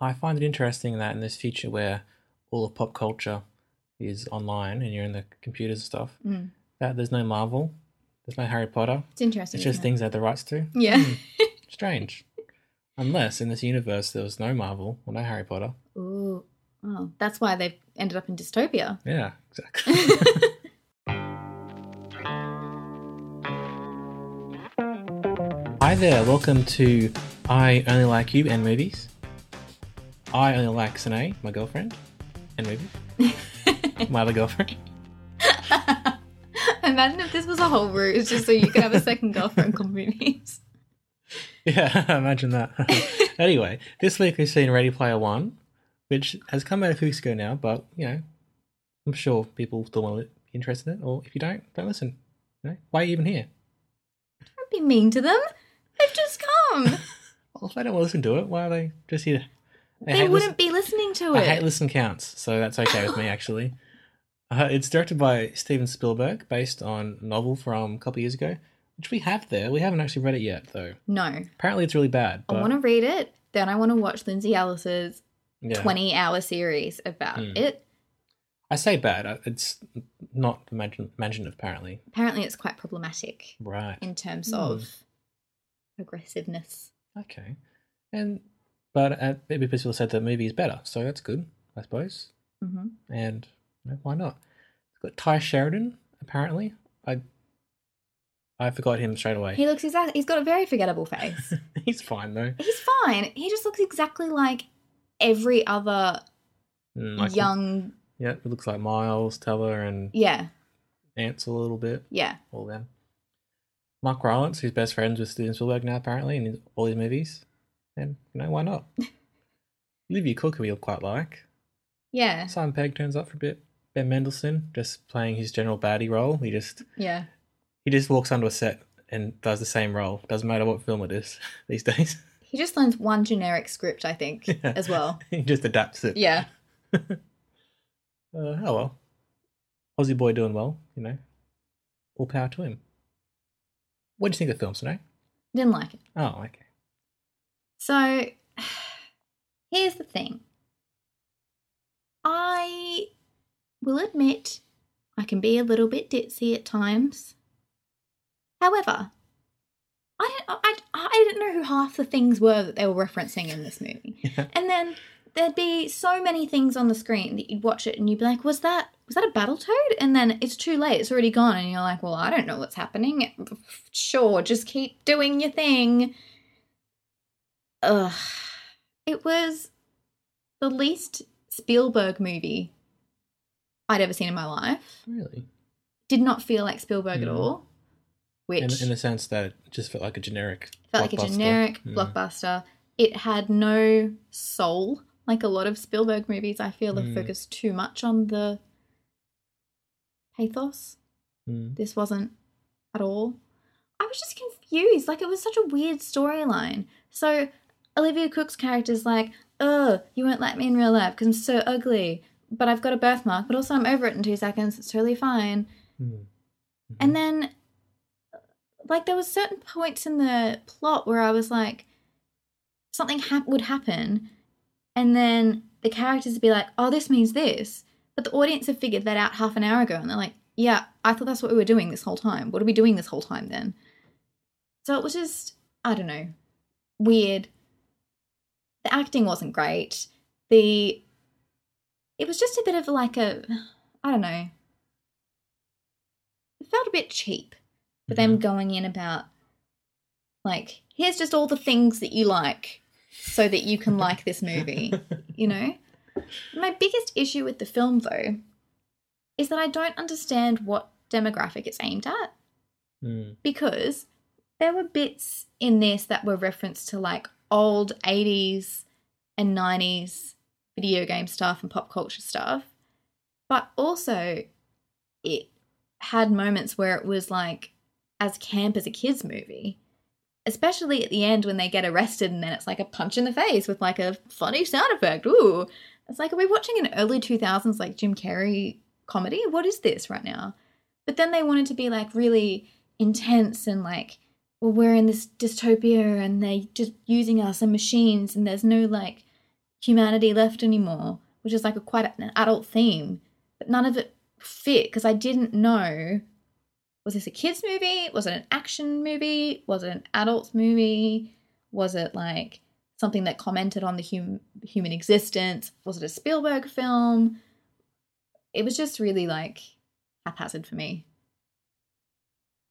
I find it interesting that in this future where all of pop culture is online and you're in the computers and stuff, that there's no Marvel, there's no Harry Potter. It's interesting. It's just isn't things they have the rights to. it? Yeah. Strange. Unless in this universe there was no Marvel or no Harry Potter. Ooh. Well, that's why they've ended up in dystopia. Yeah, exactly. Hi there, welcome to I Only Like You and Movies. I only like Sine, my girlfriend, and movies. my other girlfriend. Imagine if this was a whole ruse just so you could have a second girlfriend called Moonies. Yeah, imagine that. anyway, this week we've seen Ready Player One, which has come out a few weeks ago now, but you know, I'm sure people still want to be interested in it, or if you don't, don't listen. You know, why are you even here? Don't be mean to them. They've just come. Well, if they don't want to listen to it, why are they just here? They, They hate wouldn't be listening to listen- it. I hate listen counts, so that's okay with me actually. Uh, it's directed by Steven Spielberg, based on a novel from a couple of years ago, which we have there. We haven't actually read it yet, though. no. Apparently, it's really bad. But, I want to read it. Then I want to watch Lindsay Ellis's yeah. 20 hour series about Mm. it. I say bad. I- It's not imagin- imaginative, apparently. Apparently, it's quite problematic Right. in terms Hmm. of aggressiveness. Okay. And but uh, maybe people said that movie is better, so that's good, I suppose. hmm and you know, why not? It's got Ty Sheridan apparently. I I forgot him straight away. He looks exactly, he's got a very forgettable face. He's fine though. he's fine. He just looks exactly like every other Mm, I can- young. yeah, it looks like Miles Teller and Yeah, Ansel a little bit. yeah. All them. Mark Rylance, who's best friends with Steven Spielberg now apparently in his- all his movies, and you know why not? Olivia Cook, who we all quite like. Yeah. Simon Pegg turns up for a bit. Ben Mendelsohn, just playing his general baddie role. He just Yeah. he just walks onto a set and does the same role. Doesn't matter what film it is these days. He just learns one generic script, I think, Yeah. as well. he just adapts it. Yeah. Uh, oh well. Aussie boy doing well, you know. All power to him. What do you think of the film, Snow? Didn't like it. Oh, okay. So here's the thing. I will admit I can be a little bit ditzy at times. However, I didn't, I, I didn't know who half the things were that they were referencing in this movie. And then there'd be so many things on the screen that you'd watch it and you'd be like, was that was that a battle toad? And then it's too late, it's already gone, and you're like, well, I don't know what's happening. Sure, just keep doing your thing. Ugh. It was the least Spielberg movie I'd ever seen in my life. Really? Did not feel like Spielberg at Mm. all. Which In, in the sense that it just felt like a generic. felt like a blockbuster. generic Mm. blockbuster. It had no soul. Like a lot of Spielberg movies, I feel have Mm. focused too much on the pathos. Mm. This wasn't at all. I was just confused. Like it was such a weird storyline. So Olivia Cook's character's like, "Oh, you won't like me in real life because I'm so ugly, but I've got a birthmark, but also I'm over it in two seconds. It's totally fine." Mm. And then, like, there was certain points in the plot where I was like, something hap- would happen, and then the characters would be like, "Oh, this means this," but the audience have figured that out half an hour ago, and they're like, "Yeah, I thought that's what we were doing this whole time. What are we doing this whole time then?" So it was just, I don't know, weird. The acting wasn't great. The it was just a bit of like a, I don't know, it felt a bit cheap for them going in about like here's just all the things that you like so that you can like this movie you know my biggest issue with the film though is that i don't understand what demographic it's aimed at Mm. because there were bits in this that were referenced to like old 80s and 90s video game stuff and pop culture stuff but also it had moments where it was like as camp as a kids movie especially at the end when they get arrested and then it's like a punch in the face with like a funny sound effect ooh it's like are we watching an early 2000s like jim carrey comedy what is this right now but then they wanted to be like really intense and like well, we're in this dystopia and they're just using us and machines and there's no like humanity left anymore, which is like a quite an adult theme. But none of it fit because I didn't know was this a kids movie? Was it an action movie? Was it an adults movie? Was it like something that commented on the hum- human existence? Was it a Spielberg film? It was just really like haphazard for me.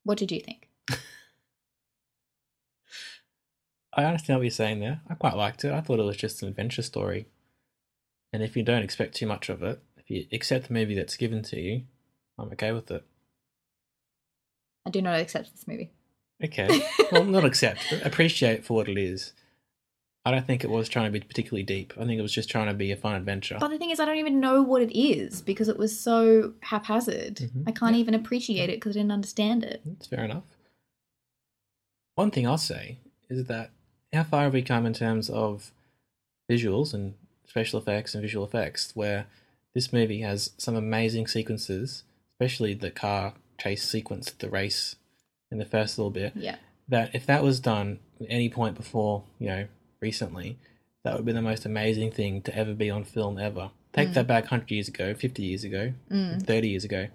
What did you think? I understand what you're saying there. I quite liked it. I thought it was just an adventure story. And if you don't expect too much of it, if you accept the movie that's given to you, I'm okay with it. I do not accept this movie. Okay. well, not accept, but appreciate for what it is. I don't think it was trying to be particularly deep. I think it was just trying to be a fun adventure. But the thing is, I don't even know what it is because it was so haphazard. Mm-hmm. I can't even appreciate it because I didn't understand it. That's fair enough. One thing I'll say is that how far have we come in terms of visuals and special effects and visual effects, where this movie has some amazing sequences, especially the car chase sequence, the race in the first little bit. Yeah. That if that was done at any point before, you know, recently, that would be the most amazing thing to ever be on film ever. Take that back 100 years ago, 50 years ago, 30 years ago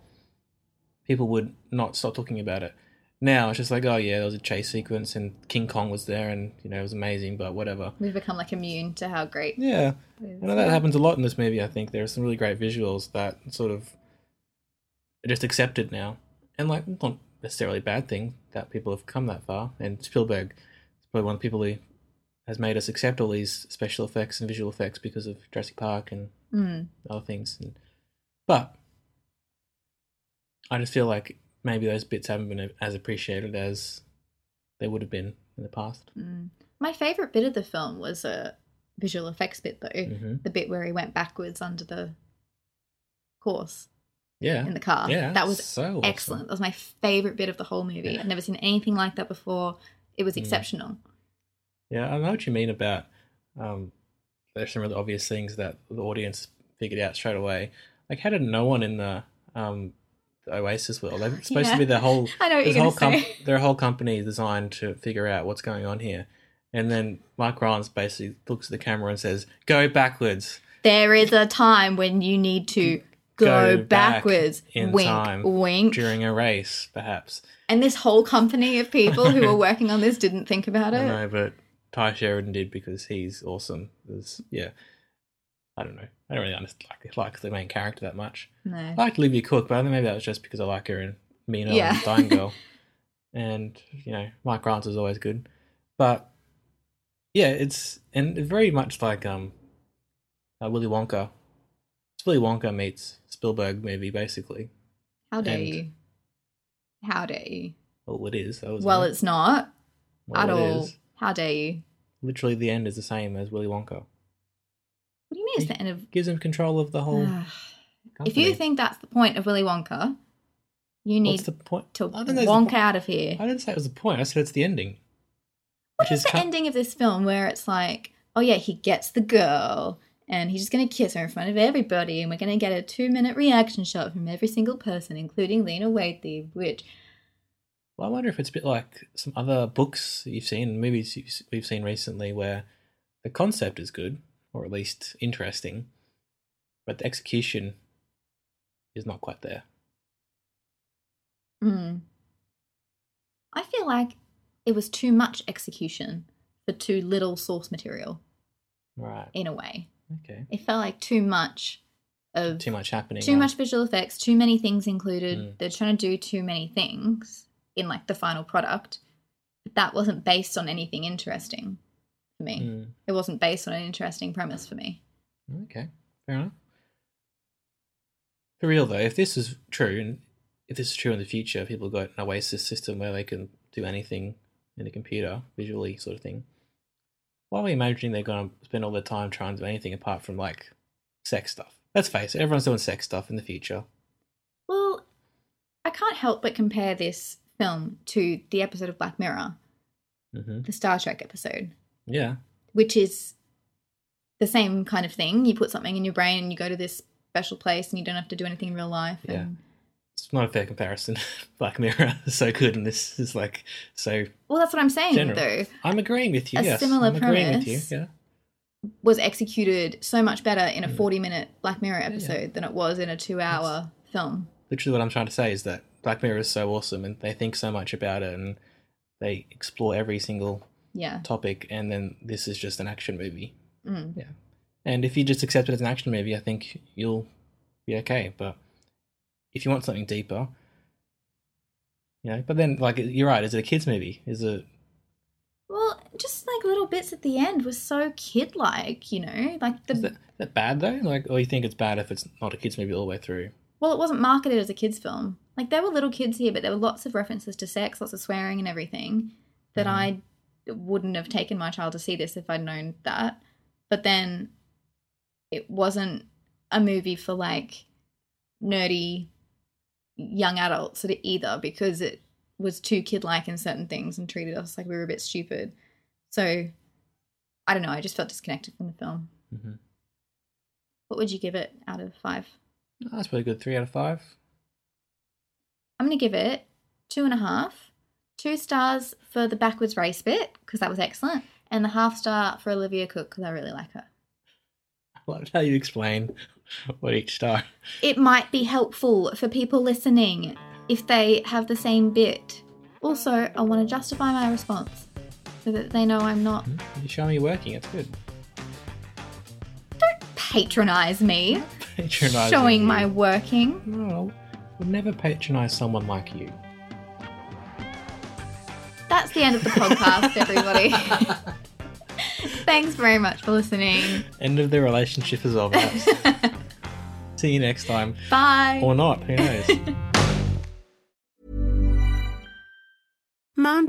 people would not stop talking about it. Now it's just like, oh yeah, there was a chase sequence and King Kong was there and you know it was amazing, but whatever. We've become like immune to how great. Yeah, I know that happens a lot in this movie. I think there are some really great visuals that sort of are just accepted now, and like not necessarily a bad thing that people have come that far. And Spielberg is probably one of the people who has made us accept all these special effects and visual effects because of Jurassic Park and Mm. other things. And, but I just feel like maybe those bits haven't been as appreciated as they would have been in the past. Mm. My favorite bit of the film was a visual effects bit, though. Mm-hmm. The bit where he went backwards under the course Yeah, in the car. Yeah, that was so awesome. excellent. That was my favorite bit of the whole movie. I've never seen anything like that before. It Mm. was exceptional. Yeah, I know what you mean about um, there's some really obvious things that the audience figured out straight away. Like, how did no one in the um, the Oasis world? They're supposed Yeah. to be their whole I know what this you're whole gonna com- say. their whole company is designed to figure out what's going on here. And then Mark Rylance basically looks at the camera and says, "Go backwards." There is a time when you need to go, back backwards. in wink, time wink. during a race, perhaps. And this whole company of people who were working on this didn't think about I it. know, but Ty Sheridan did because he's awesome. There's- yeah, I don't know. I don't really understand, like like the main character that much. No. I like Olivia Cook, but I think maybe that was just because I like her in Mina Yeah. and Dying Girl, and you know Mike Rance is always good, but yeah, it's and very much like um uh, Willy Wonka. It's Willy Wonka meets Spielberg movie, basically. How dare And- you? How dare you? Well, it is. That was Well, it. it's not Well, at it all. is. How dare you? Literally, the end is the same as Willy Wonka. What do you mean it's the end of. Gives him control of the whole. if you company. think that's the point of Willy Wonka, you need What's the point? to I think there's a wonk po- out of here. I didn't say it was the point. I said it's the ending. What is the cut- ending of this film where it's like, oh yeah, he gets the girl and he's just going to kiss her in front of everybody and we're going to get a two minute reaction shot from every single person, including Lena Waithe, which Well, I wonder if it's a bit like some other books you've seen, movies you've- we've seen recently, where the concept is good, or at least interesting, but the execution is not quite there. mm, I feel like it was too much execution for too little source material Right. in a way. Okay. It felt like too much of Too much happening. too huh? much visual effects, too many things included. Mm. They're trying to do too many things in like the final product. But that wasn't based on anything interesting for me. Mm. It wasn't based on an interesting premise for me. Okay, fair enough. For real though, if this is true, and if this is true in the future, people got an Oasis system where they can do anything in a computer, visually sort of thing, why are we imagining they're going to spend all their time trying to do anything apart from like sex stuff? Let's face it, everyone's doing sex stuff in the future. Well, I can't help but compare this film to the episode of Black Mirror, hmm the Star Trek episode, Yeah. which is the same kind of thing. You put something in your brain and you go to this special place and you don't have to do anything in real life. Yeah. and- It's not a fair comparison. Black Mirror is so good, and this is like so Well, that's what I'm saying, general. though. I'm agreeing with you. A yes, similar I'm agreeing with you. premise. Yeah. Was executed so much better in a 40 minute Black Mirror episode than it was in a two hour film. literally what I'm trying to say is that Black Mirror is so awesome and they think so much about it and they explore every single Yeah. topic and then this is just an action movie. Mm. Yeah. And if you just accept it as an action movie, I think you'll be okay. But if you want something deeper, you know, but then like you're right, is it a kids movie? Is it Well, just like little bits at the end were so kid like, you know? Like the. is that, that bad though? Like or you think it's bad if it's not a kids movie all the way through? Well, it wasn't marketed as a kids' film. Like there were little kids here, but there were lots of references to sex, lots of swearing and everything that I wouldn't have taken my child to see this if I'd known that. But then it wasn't a movie for like nerdy young adults at- either because it was too kid like in certain things and treated us like we were a bit stupid. So I don't know, I just felt disconnected from the film. Mm-hmm. What would you give it out of five? Oh, That's probably a good. Three out of five. I'm going to give it two and a half, two stars for the backwards race bit because that was excellent, and the half star for Olivia Cook because I really like her. I love how you explain what each star. It might be helpful for people listening if they have the same bit. Also, I want to justify my response so that they know I'm not. You show me you're working. It's good. Don't patronize me patronizing showing you. my working. no would never patronize someone like you That's the end of the podcast, everybody. Thanks very much for listening. end of the relationship is over see you next time Bye. or not who knows Mom